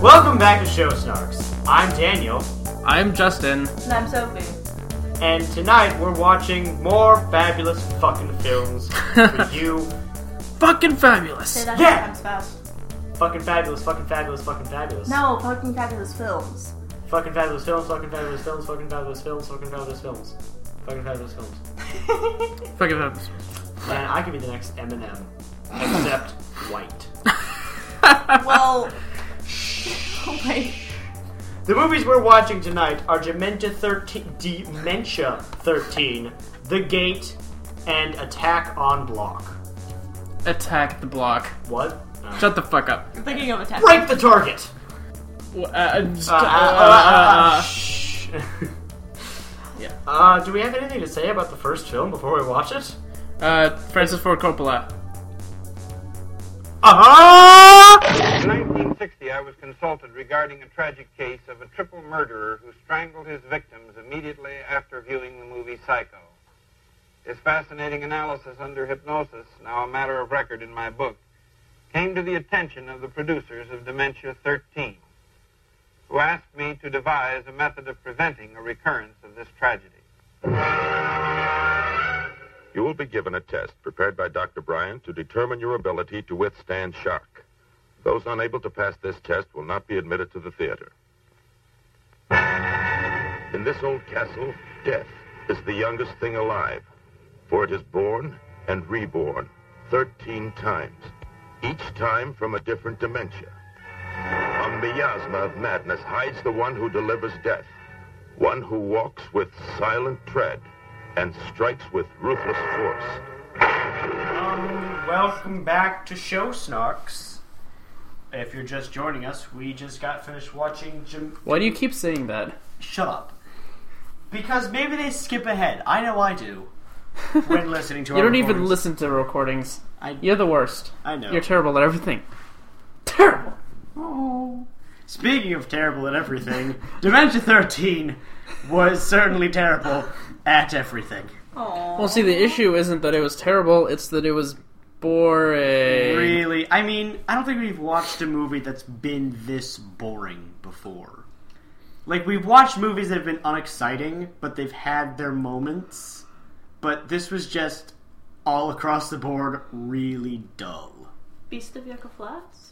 Welcome back to Show Snarks. I'm Daniel, I'm Justin. And I'm Sophie. and tonight we're watching more fabulous fucking films for you. Fucking fabulous. Say that Yeah. yeah. times fast. Fucking fabulous, fucking fabulous, fucking fabulous. No, fucking fabulous films. Fucking fabulous films, fucking fabulous films, fucking fabulous films, fucking fabulous films. Fucking fabulous films. Fucking fabulous. And I could be the next Eminem, except white. well, oh my. The movies we're watching tonight are Dementia 13, Dementia 13, The Gate, and Attack on Block. Attack the block. What? No. Shut the fuck up. I'm thinking of attack. Break the target! Uh, uh, just- Uh, uh, uh, uh, uh, uh, shh. Yeah. Uh, do we have anything to say about the first film before we watch it? uh, uh, Francis Ford Coppola. Ah! In 1960, I was consulted regarding a tragic case of a triple murderer who strangled his victims immediately after viewing the movie Psycho. His fascinating analysis under hypnosis, now a matter of record in my book, came to the attention of the producers of Dementia 13, who asked me to devise a method of preventing a recurrence of this tragedy. You will be given a test prepared by Dr. Bryan to determine your ability to withstand shock. Those unable to pass this test will not be admitted to the theater. In this old castle, death is the youngest thing alive, for it is born and reborn 13 times, each time from a different dimension. A miasma of madness hides the one who delivers death, one who walks with silent tread and strikes with ruthless force. Um, welcome back to Show Snarks. If you're just joining us, we just got finished watching Jim. Why do you keep saying that? Shut up. Because maybe they skip ahead. I know I do. When listening to You our don't even recordings. listen to recordings. I, You're the worst. I know. You're terrible at everything. Terrible. Speaking of terrible at everything, Dementia 13 was certainly terrible at everything. Aww. Well, see, the issue isn't that it was terrible; it's that it was boring. Really? I mean, I don't think we've watched a movie that's been this boring before. Like, we've watched movies that have been unexciting, but they've had their moments. But this was just all across the board really dull. Beast of Yucca Flats.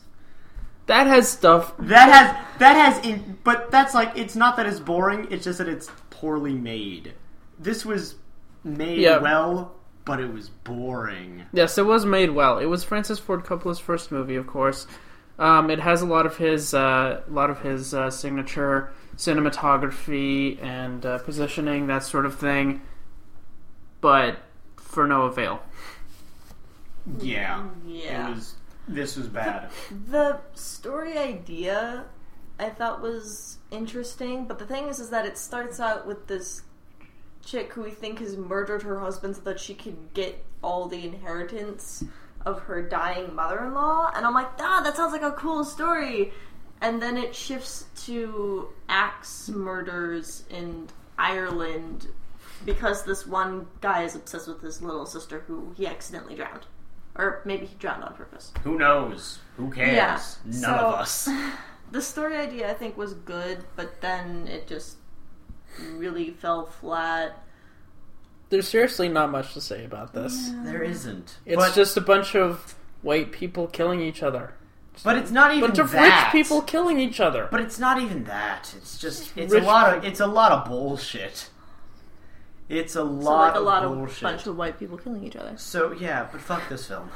That has stuff. That has that has in, but that's like it's not that it's boring. It's just that it's poorly made. This was made Yeah. well, but it was boring. Yes, it was made well. It was Francis Ford Coppola's first movie, of course. Um, it has a lot of his, uh, lot of his uh, signature cinematography and uh, positioning, that sort of thing, but for no avail. Yeah, Yeah. it was. This was bad. The story idea I thought was interesting, but the thing is is that it starts out with this chick who we think has murdered her husband so that she could get all the inheritance of her dying mother-in-law, and I'm like, "Ah, that sounds like a cool story." And then it shifts to axe murders in Ireland because this one guy is obsessed with his little sister who he accidentally drowned. Or maybe he drowned on purpose. Who knows? Who cares? Yeah, None so- of us. The story idea I think was good, but then it just really fell flat. There's seriously not much to say about this. There isn't. It's but, just a bunch of white people killing each other. but it's not even bunch of that. rich people killing each other. But it's not even that. It's just it's Rich a lot of it's a lot of bullshit. It's a So lot like a lot of of bullshit. bunch of white people killing each other. so yeah, but fuck this film.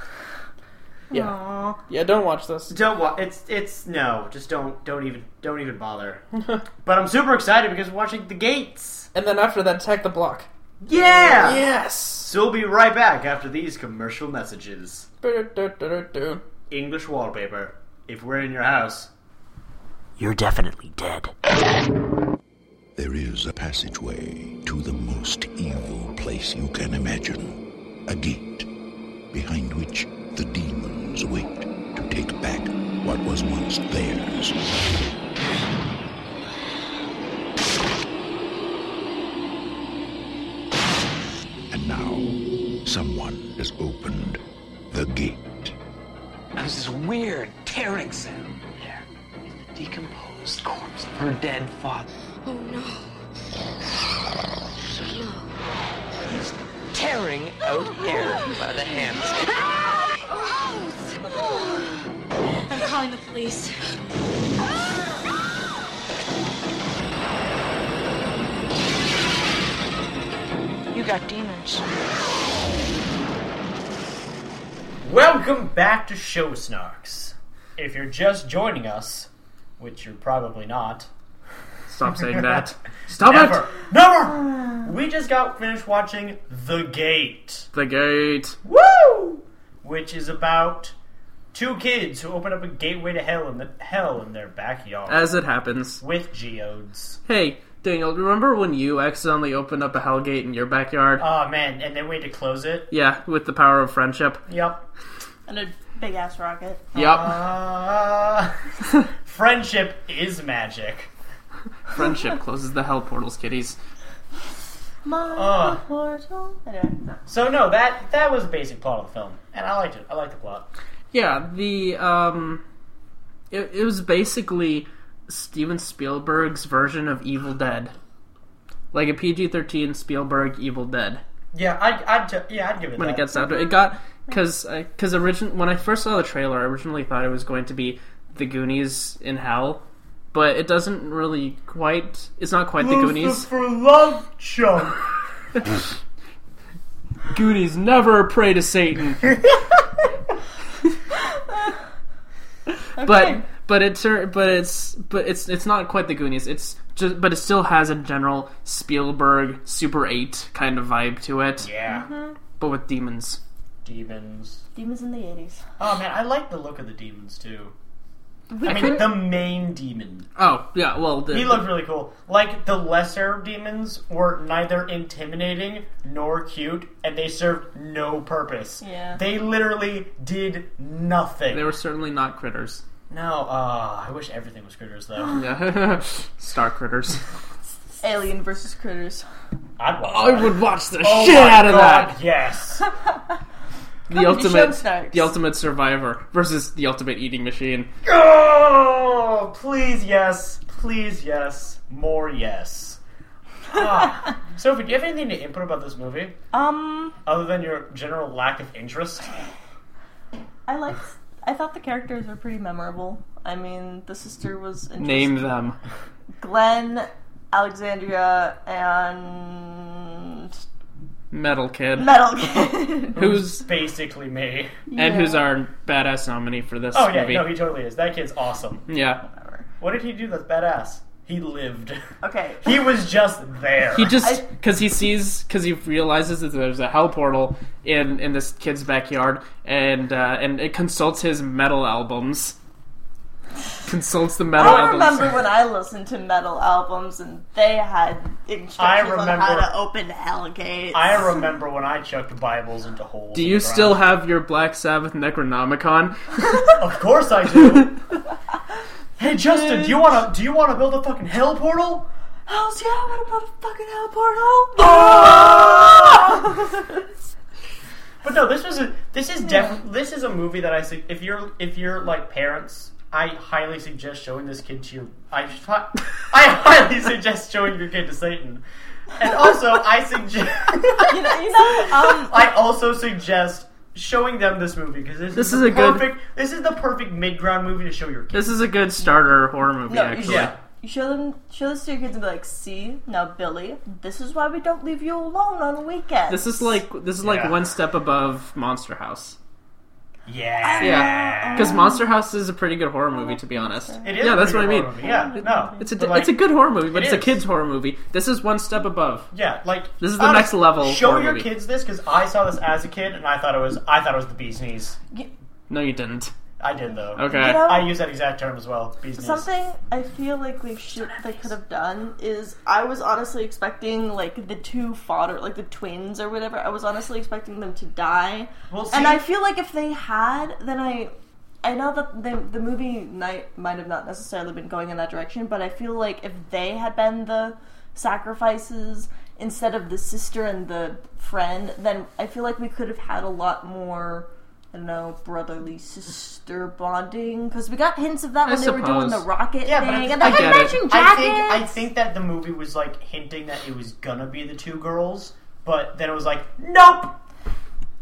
yeah, Aww. yeah. Don't watch this. Don't wa- it's it's no, just don't don't even don't even bother. but I'm super excited because we're watching The Gates. And then after that, attack the block. Yeah. Yes. So we'll be right back after these commercial messages. English wallpaper. If we're in your house, you're definitely dead. There is a passageway to the most evil place you can imagine. A gate behind which the demons wait to take back what was once theirs. And now, someone has opened the gate. There's this weird tearing sound. Yeah. It's the decomposed corpse of her dead father. Oh no. tearing out hair by the hands. I'm calling the police. You got demons. Welcome back to Show Snarks. If you're just joining us, which you're probably not, Stop saying that. Stop never, it! never. We just got finished watching The Gate. The gate. Woo! Which is about two kids who open up a gateway to hell in the hell in their backyard As it happens. with geodes. Hey, Daniel, remember when you accidentally opened up a hell gate in your backyard? Oh man, and then we had to close it. yeah, with the power of friendship. Yep. And a big ass rocket. Yep. Uh, friendship is magic. friendship closes the hell portals, kiddies. My Uh. portal. Anyway, So no, that that was the basic plot of the film, and I liked it. I liked the plot. Yeah, the um, it, it was basically Steven Spielberg's version of Evil Dead, like a PG thirteen Spielberg Evil Dead. Yeah, I'd, I'd t- yeah I'd give it When that. it gets out, it got because because origin when I first saw the trailer, I originally thought it was going to be The Goonies in Hell, but it doesn't really quite. It's not quite The Goonies. for love chunk. Goonies never pray to Satan. But but it's but it's but it's it's not quite the Goonies. It's just but it still has a general Spielberg Super Eight kind of vibe to it, yeah, but with demons. demons. demons in the eighties. Oh man, I like the look of the demons too. I mean, couldn't- the main demon. Oh yeah, well the, He looked really cool. Like the lesser demons were neither intimidating nor cute, and they served no purpose. Yeah. They literally did nothing. they were certainly not critters. no. Uh, I wish everything was critters though. Yeah, star critters. Alien versus critters. I'd watch. I that. would watch the Oh shit my out of God, that. Yes. The Comedy show ultimate, snacks. the ultimate survivor versus the ultimate eating machine. Oh, please, yes. Please, yes. More, yes. Ah. Sophie, do you have anything to input about this movie Um, other than your general lack of interest? I liked. I thought the characters were pretty memorable. I mean, the sister was interesting. Name them. Glenn, Alexandria, and Metal Kid, Metal Kid. who's Basically, me. and who's our badass nominee for this Oh yeah, movie? no, he totally is. That kid's awesome. yeah, What did he do that's badass? He lived. okay? He was just there. He just I- because he sees because he realizes that there's a hell portal in in this kid's backyard, and uh, and it consults his metal albums. Consults the metal I albums. remember when I listened to metal albums and they had instructions I on how remember- to open hell gates. I remember when I chucked Bibles into holes. Do you still have your Black Sabbath Necronomicon? Of course I do. hey Justin, do you wanna do you wanna build a fucking hell portal? Hells yeah, Oh, I want to build a fucking hell portal. But no, this was a this is definitely this is a movie that I su- if you're if you're like parents, I highly suggest showing this kid to your I sh- I highly suggest showing your kid to Satan. And also, I suggest you know, you know, um, I also suggest showing them this movie because this, This is, is the a good- perfect this is the perfect mid ground movie to show your kids. this is a good starter horror movie, No, you actually. yeah. you show them, show this to your kids and be like, "See, now Billy, this is why we don't leave you alone on weekends." This is like this is like Yeah. one step above Monster House. Yeah. Yeah, because Monster House is a pretty good horror movie, to be honest. It is yeah, that's a what I pretty mean. horror movie. Yeah, no. It's a But, like, it's a good horror movie, but it it's a is. kids horror movie. This is one step above. Yeah, like This is the next level Show horror your movie. kids this because I saw this as a kid and I thought it was I thought it was the bee's knees. No, you didn't. I did though. Okay. You know- I use that exact term as well. Bee's knees. Something I feel like we should they could have done is I was honestly expecting like the two fodder like the twins or whatever. I was honestly expecting them to die. Well, see, And I feel like if they had, then I I know that the the movie night might have not necessarily been going in that direction, but I feel like if they had been the sacrifices instead of the sister and the friend, then I feel like we could have had a lot more I don't know, brotherly sister bonding. Because we got hints of that I when they were doing the suppose. rocket Yeah, but I thing. think- and the I Red get it. matching jackets. I think I think that the movie was like hinting that it was gonna be the two girls, but then it was like, nope.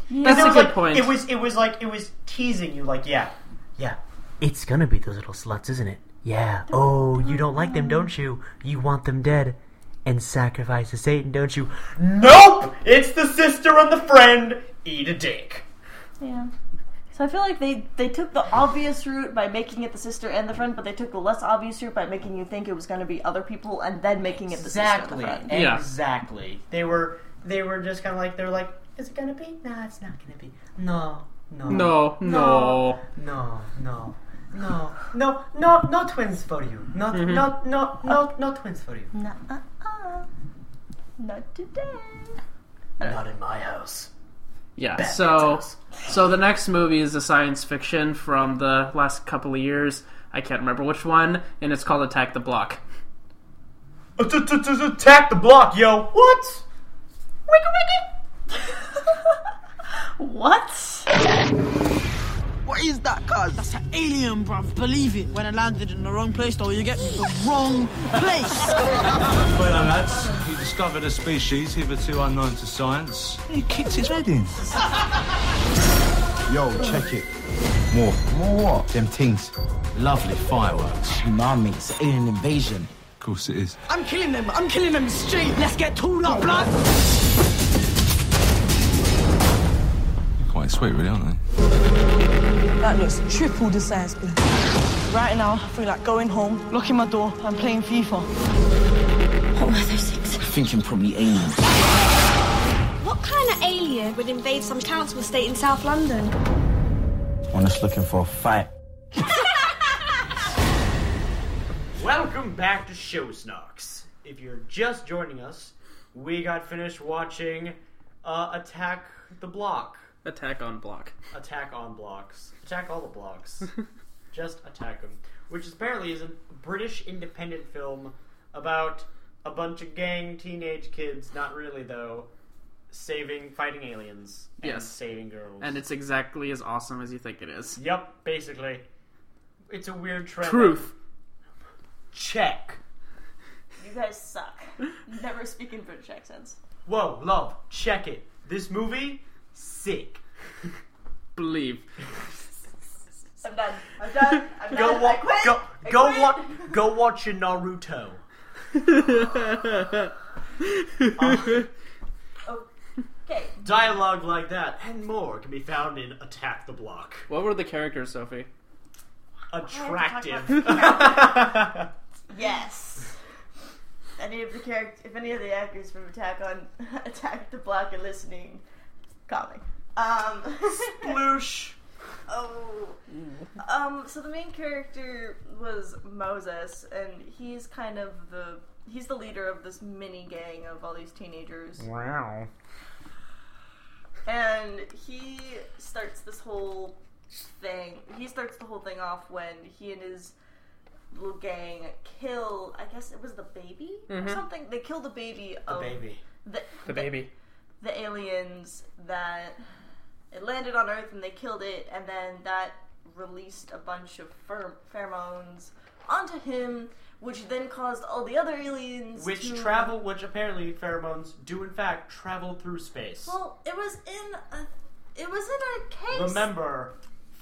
That's It a was good like, point. It was it was like it was teasing you, like yeah, yeah. It's gonna be those little sluts, isn't it? Yeah. Oh, you don't like them, don't you? You want them dead and sacrifice to Satan, don't you? Nope. It's the sister and the friend. Eat a dick. Yeah. So I feel like they, they took the obvious route by making it the sister and the friend, but they took the less obvious route by making you think it was going to be other people and then making it the sister and Exactly. the friend. Yeah. Exactly. They were they were just kind of like they're like, is it gonna be? No, it's not gonna be. No. No. No, no. No, no, no, no, no, no twins for you. Not, not, no, no, no twins for you. Nuh uh. Not today. Not in my house. Yeah. so so the next movie is a science fiction from the last couple of years. I can't remember which one, and it's called Attack the Block. Uh, Attack the block, yo. What? What? What is that, cuz? That's an alien, bruv. Believe it. When I landed in the wrong place, though, you get me the wrong place. Well, lads, he discovered a species hitherto unknown to science. He kicked his head in. Yo, check it. More. More what? Them things. Lovely fireworks. Tsunami. It's alien invasion. Of course it is. I'm killing them. I'm killing them straight. Let's get tooled up, blood. Quite sweet, really, aren't they? That looks triple the size. blood. Right now, I feel like going home, locking my door, and playing FIFA. What were those things? Thinking probably alien. What kind of alien would invade some council estate in South London? Honest looking for a fight. Welcome back to Show Snarks. If you're just joining us, we got finished watching uh, Attack the Block. Attack on Block. Attack on blocks. Attack all the blocks. Just attack them. Which is apparently is a British independent film about a bunch of gang teenage kids, not really though, saving, fighting aliens. And Yes. Saving girls. And it's exactly as awesome as you think it is. Yep, basically. It's a weird trend. Truth. Check. You guys suck. Never speak in British accents. Whoa, love, check it. This movie, sick. Believe. I'm done. I'm done. I'm Go done. I watch. quit. Go, I go quit. watch. Go watch your Naruto. Okay. Dialogue like that and more can be found in Attack the Block. what were the characters, Sophie? Attractive. Yes. Any of the character, if any of the actors from Attack on Attack the Block are listening, call me. Um, Sploosh. oh. Um. So the main character was Moses, and he's kind of the he's the leader of this mini gang of all these teenagers. Wow. And he starts this whole thing. He starts the whole thing off when he and his little gang kill. I guess it was the baby Mhm. or something. They kill the baby The of baby. the The baby. the aliens that it landed on Earth and they killed it, and then that released a bunch of pher- pheromones onto him, which then caused all the other aliens Which to travel, which apparently pheromones do in fact travel through space. Well, it was in a it was in a case. Remember,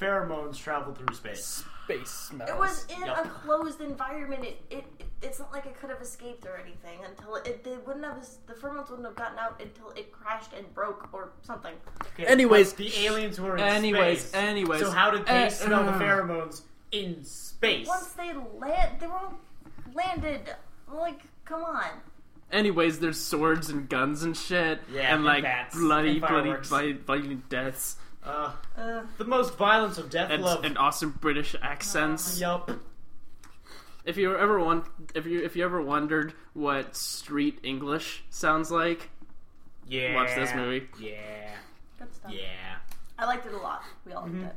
pheromones travel through space. Space smells. It was in Yup. a closed environment. It, it, it it's not like it could have escaped or anything until it, they wouldn't have the ferments wouldn't have gotten out until it crashed and broke or something. Okay, Anyways, but the aliens were in anyways, space. anyways. So how did they Eh, smell the uh. pheromones in space? Once they land, they were all landed. Like, come on. Anyways, there's swords and guns and shit. Yeah, and and like bats, bloody, and bloody, fireworks. bloody, bloody deaths. Uh, Uh, the most violence of death And, love. and awesome British accents. Oh, yup. If you ever want, if you if you ever wondered what street English sounds like, Yeah. watch this movie. Yeah. good stuff. Yeah. I liked it a lot. We all liked it.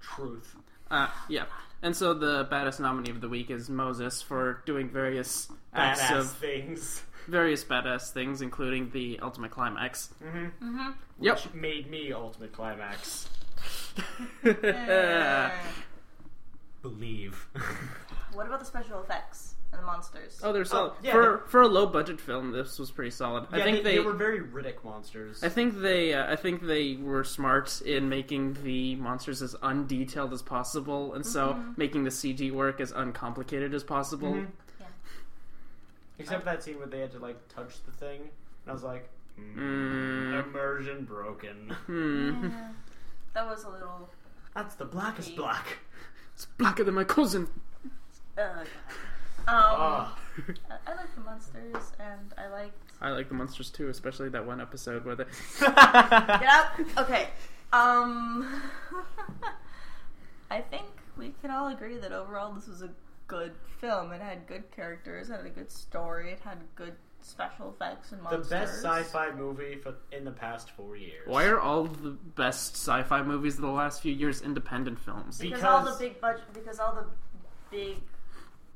Truth. Uh, yeah. And so the baddest nominee of the week is Moses for doing various acts Badass of things. various badass things, including the ultimate climax. Mm-hmm. Mhm. Yep. Which made me ultimate climax. Uh. Believe. What about the special effects and the monsters? Oh, they're solid. yeah, for for a low budget film, this was pretty solid. I Yeah, think they, they, were very Riddick monsters. I think they uh, I think they were smart in making the monsters as undetailed as possible, and so Mhm. making the CG work as uncomplicated as possible. Mhm. Except that scene where they had to like touch the thing, and I was like, mm, Mm. immersion broken. Hmm. Yeah. That was a little. That's the blackest black. It's blacker than my cousin. Uh, um, Ah. I, I like the monsters, and I like. I like the monsters too, especially that one episode where they. Ah. Get up. Okay. Um. I think we can all agree that overall this was a good film. It had good characters. It had a good story. It had good special effects and monsters. The best sci-fi movie for, in the past four years. Why are all the best sci-fi movies of the last few years independent films? Because, all the big budget. Because all the big.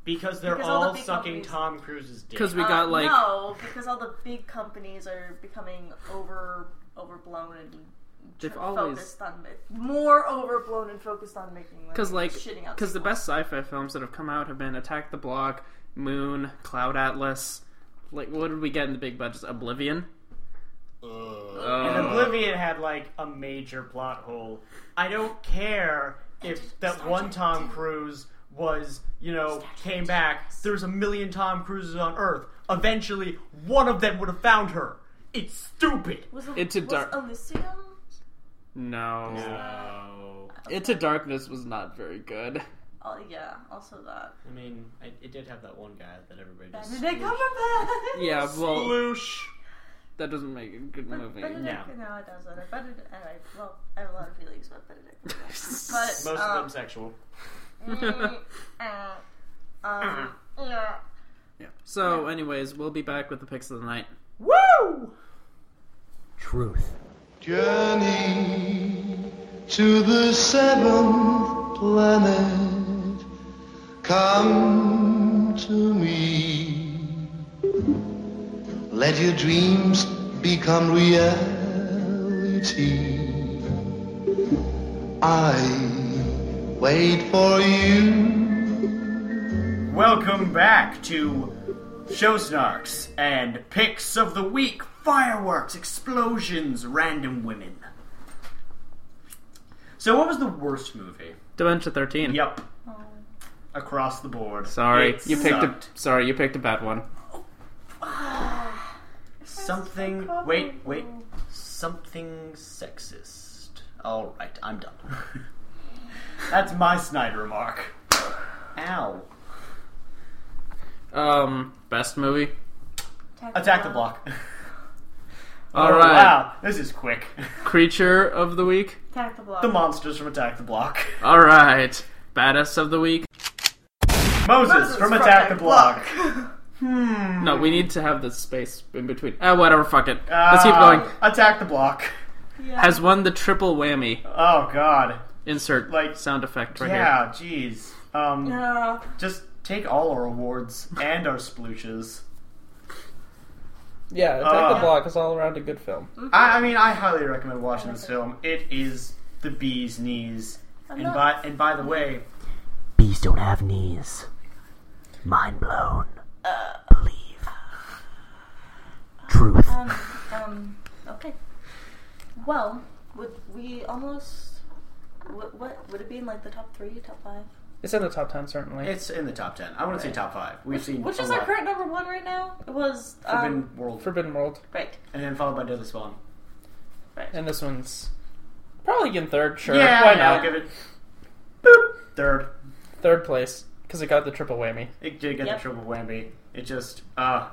Because they're Because all all, the big sucking companies- Tom Cruise's dick. Because we got, Uh, like- no, because all the big companies are becoming over overblown and. They've tr- always- focused on more overblown and focused on making Because like, shitting out because the best sci-fi films that have come out have been Attack the Block, Moon, Cloud Atlas. Like, what did we get in the big budgets? Oblivion. Uh, and Oblivion had like a major plot hole. I don't care if that one Tom Cruise was, you know, came back. There's a million Tom Cruises on Earth. Eventually, one of them would have found her. It's stupid. Was, It's a was dark- Elysium. No. No. Into Darkness was not very good. Oh yeah, also that. I mean, I, it did have that one guy that everybody just. Benedict Cumberbatch. Yeah, well, Sploosh. that doesn't make a good movie. Benedict, no. it doesn't. Benedict, anyway, well, I have a lot of feelings about Benedict. Cumberbatch. but Most of um, them sexual. mm, uh, Uh-huh. um, yeah. Yeah. So, anyways, we'll be back with the picks of the night. Woo! Truth. Journey to the seventh planet. Come to me. Let your dreams become reality. I wait for you. Welcome back to Show Snarks and Picks of the Week fireworks, explosions, random women. So, what was the worst movie? Dementia Thirteen. Yep. Across the board. Sorry, It you picked sucked. a. Sorry, you picked a bad one. something. Wait, wait. Something sexist. Alright, I'm done. That's my snide remark. Ow. Um, best movie. Attack the block. All Oh, right. Wow, this is quick. Creature of the week. Attack the block. The monsters from Attack the Block. All right. Baddest of the week. Moses, from, Attack the Block. hmm. No, we need to have the space in between. Ah, whatever. Fuck it. Let's keep Um, going. Attack the Block. Has won the triple whammy. Oh God. Insert sound effect right yeah, jeez. Um, Just take all our awards and our splooshes. here. Yeah. Attack the Uh. Block is all around a good film. I, I mean, I highly recommend watching this film. It is the bee's knees. And by and by the way, Bees don't have knees. Mind blown. Uh. Believe. Truth. Um, um, okay. Well, would we almost? What, what would it be in like the top three, top five? It's in the top ten, certainly. it's in the top ten. I want to say top five. We've seen Which a is our lot. current number one right now? It was Forbidden um, World, Forbidden World, right. and then followed by Deadly Spawn. and this one's probably in third. Sure. Yeah, Why yeah, I'll not? give it third. Third place because it got the triple whammy. It did get Yep. the triple whammy. It just, uh,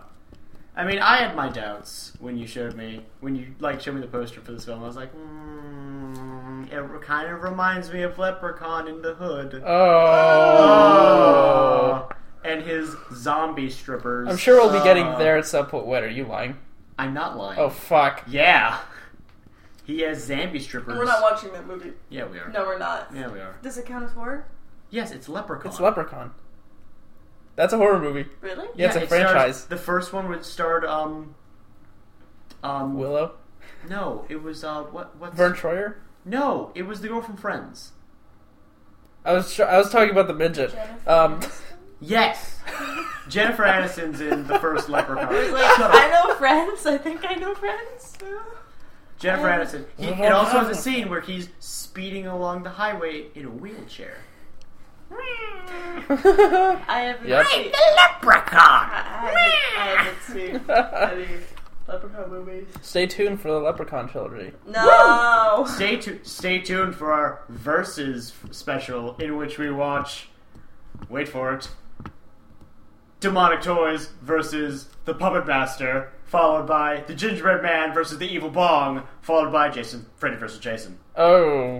I mean, I had my doubts when you showed me when you like showed me the poster for this film. I was like, mm, it kind of reminds me of Leprechaun in the Hood. Uh, Oh. Oh. and his zombie strippers. I'm sure we'll be getting Uh, there at some point. Wait, are you lying? I'm not lying. Oh fuck. Yeah, he has zombie strippers. We're not watching that movie. Yeah, we are. No, we're not. Yeah, we are. Does it count as horror? Yes, it's Leprechaun. It's Leprechaun. That's a horror movie. Really? Yeah, it's a it stars- franchise. the first one would start um, um Willow. No, it was uh what what Vern Troyer. No, it was the girl from Friends. I was tr- I was talking about the midget. Um, yes, Jennifer Aniston's in the first Leprechaun. It's like, Shut up. I know friends. I think I know friends. Jennifer I- Aniston. He, What it also has a happened? scene where he's speeding along the highway in a wheelchair. Um, I haven't Yep. seen. I'm the leprechaun. I, I haven't seen any leprechaun movies. Stay tuned for the Leprechaun trilogy. No. Stay tu- stay tuned for our versus special in which we watch. Wait for it. Demonic Toys versus the Puppet Master, followed by the Gingerbread Man versus the Evil Bong, followed by Jason Freddy versus Jason. Oh.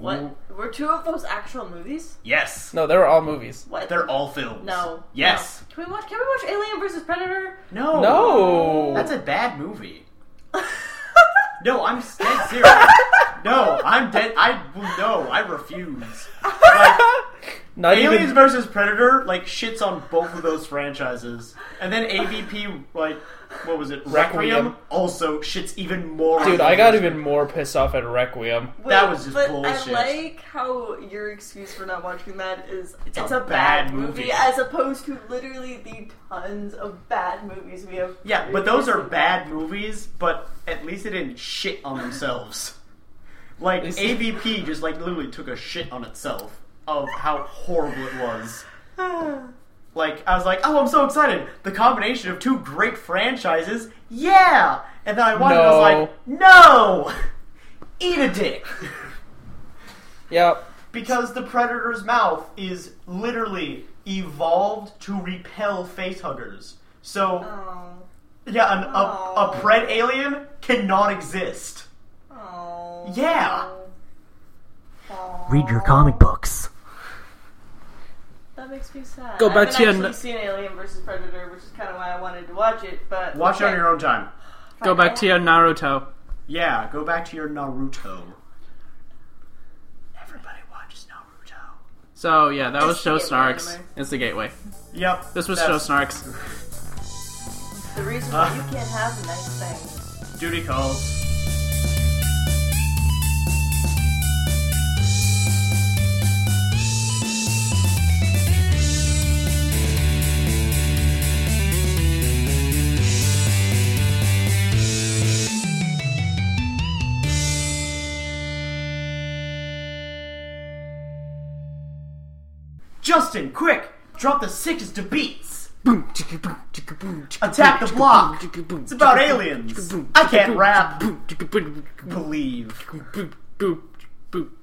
What? Were two of those actual movies? Yes. No, they were all movies. What? They're all films. No. Yes. No. Can we watch? Can we watch Alien versus Predator? No. No. That's a bad movie. no, I'm dead serious. No, I'm dead. I no, I refuse. Not Aliens even- versus Predator like shits on both of those franchises, and then AVP like what was it Requiem, Requiem. also shits even more. on Dude, those I got even more pissed off at Requiem. Wait, but I like how your excuse for not watching that is it's, a a, bad, bad movie. movie. as opposed to literally the tons of bad movies we have. Yeah, but those are bad movies, but at least they didn't shit on themselves. Like, At least- AVP just, like, literally took a shit on itself of how horrible it was. Like, I was like, oh, I'm so excited! The combination of two great franchises, yeah! And then I watched it, I was like, no! Eat a dick! Yep. Because the predator's mouth is literally evolved to repel facehuggers. So, yeah, an, a, a pred alien cannot exist. Yeah. Read your comic books. That makes me sad. Go I back haven't to your actually n- seen Alien versus Predator, which is kind of why I wanted to watch it. But Watch it on your own time. Go back to your Naruto. Yeah, go back to your Naruto. Everybody watches Naruto. So yeah, that was It's Show the gateway Snarks. anyway. It's the gateway. Yep. This was Show that's- Snarks. The reason why you can't have the next thing. Duty calls. Justin, quick! Drop the sickest of beats! Attack the block! It's about aliens! I can't rap! Believe.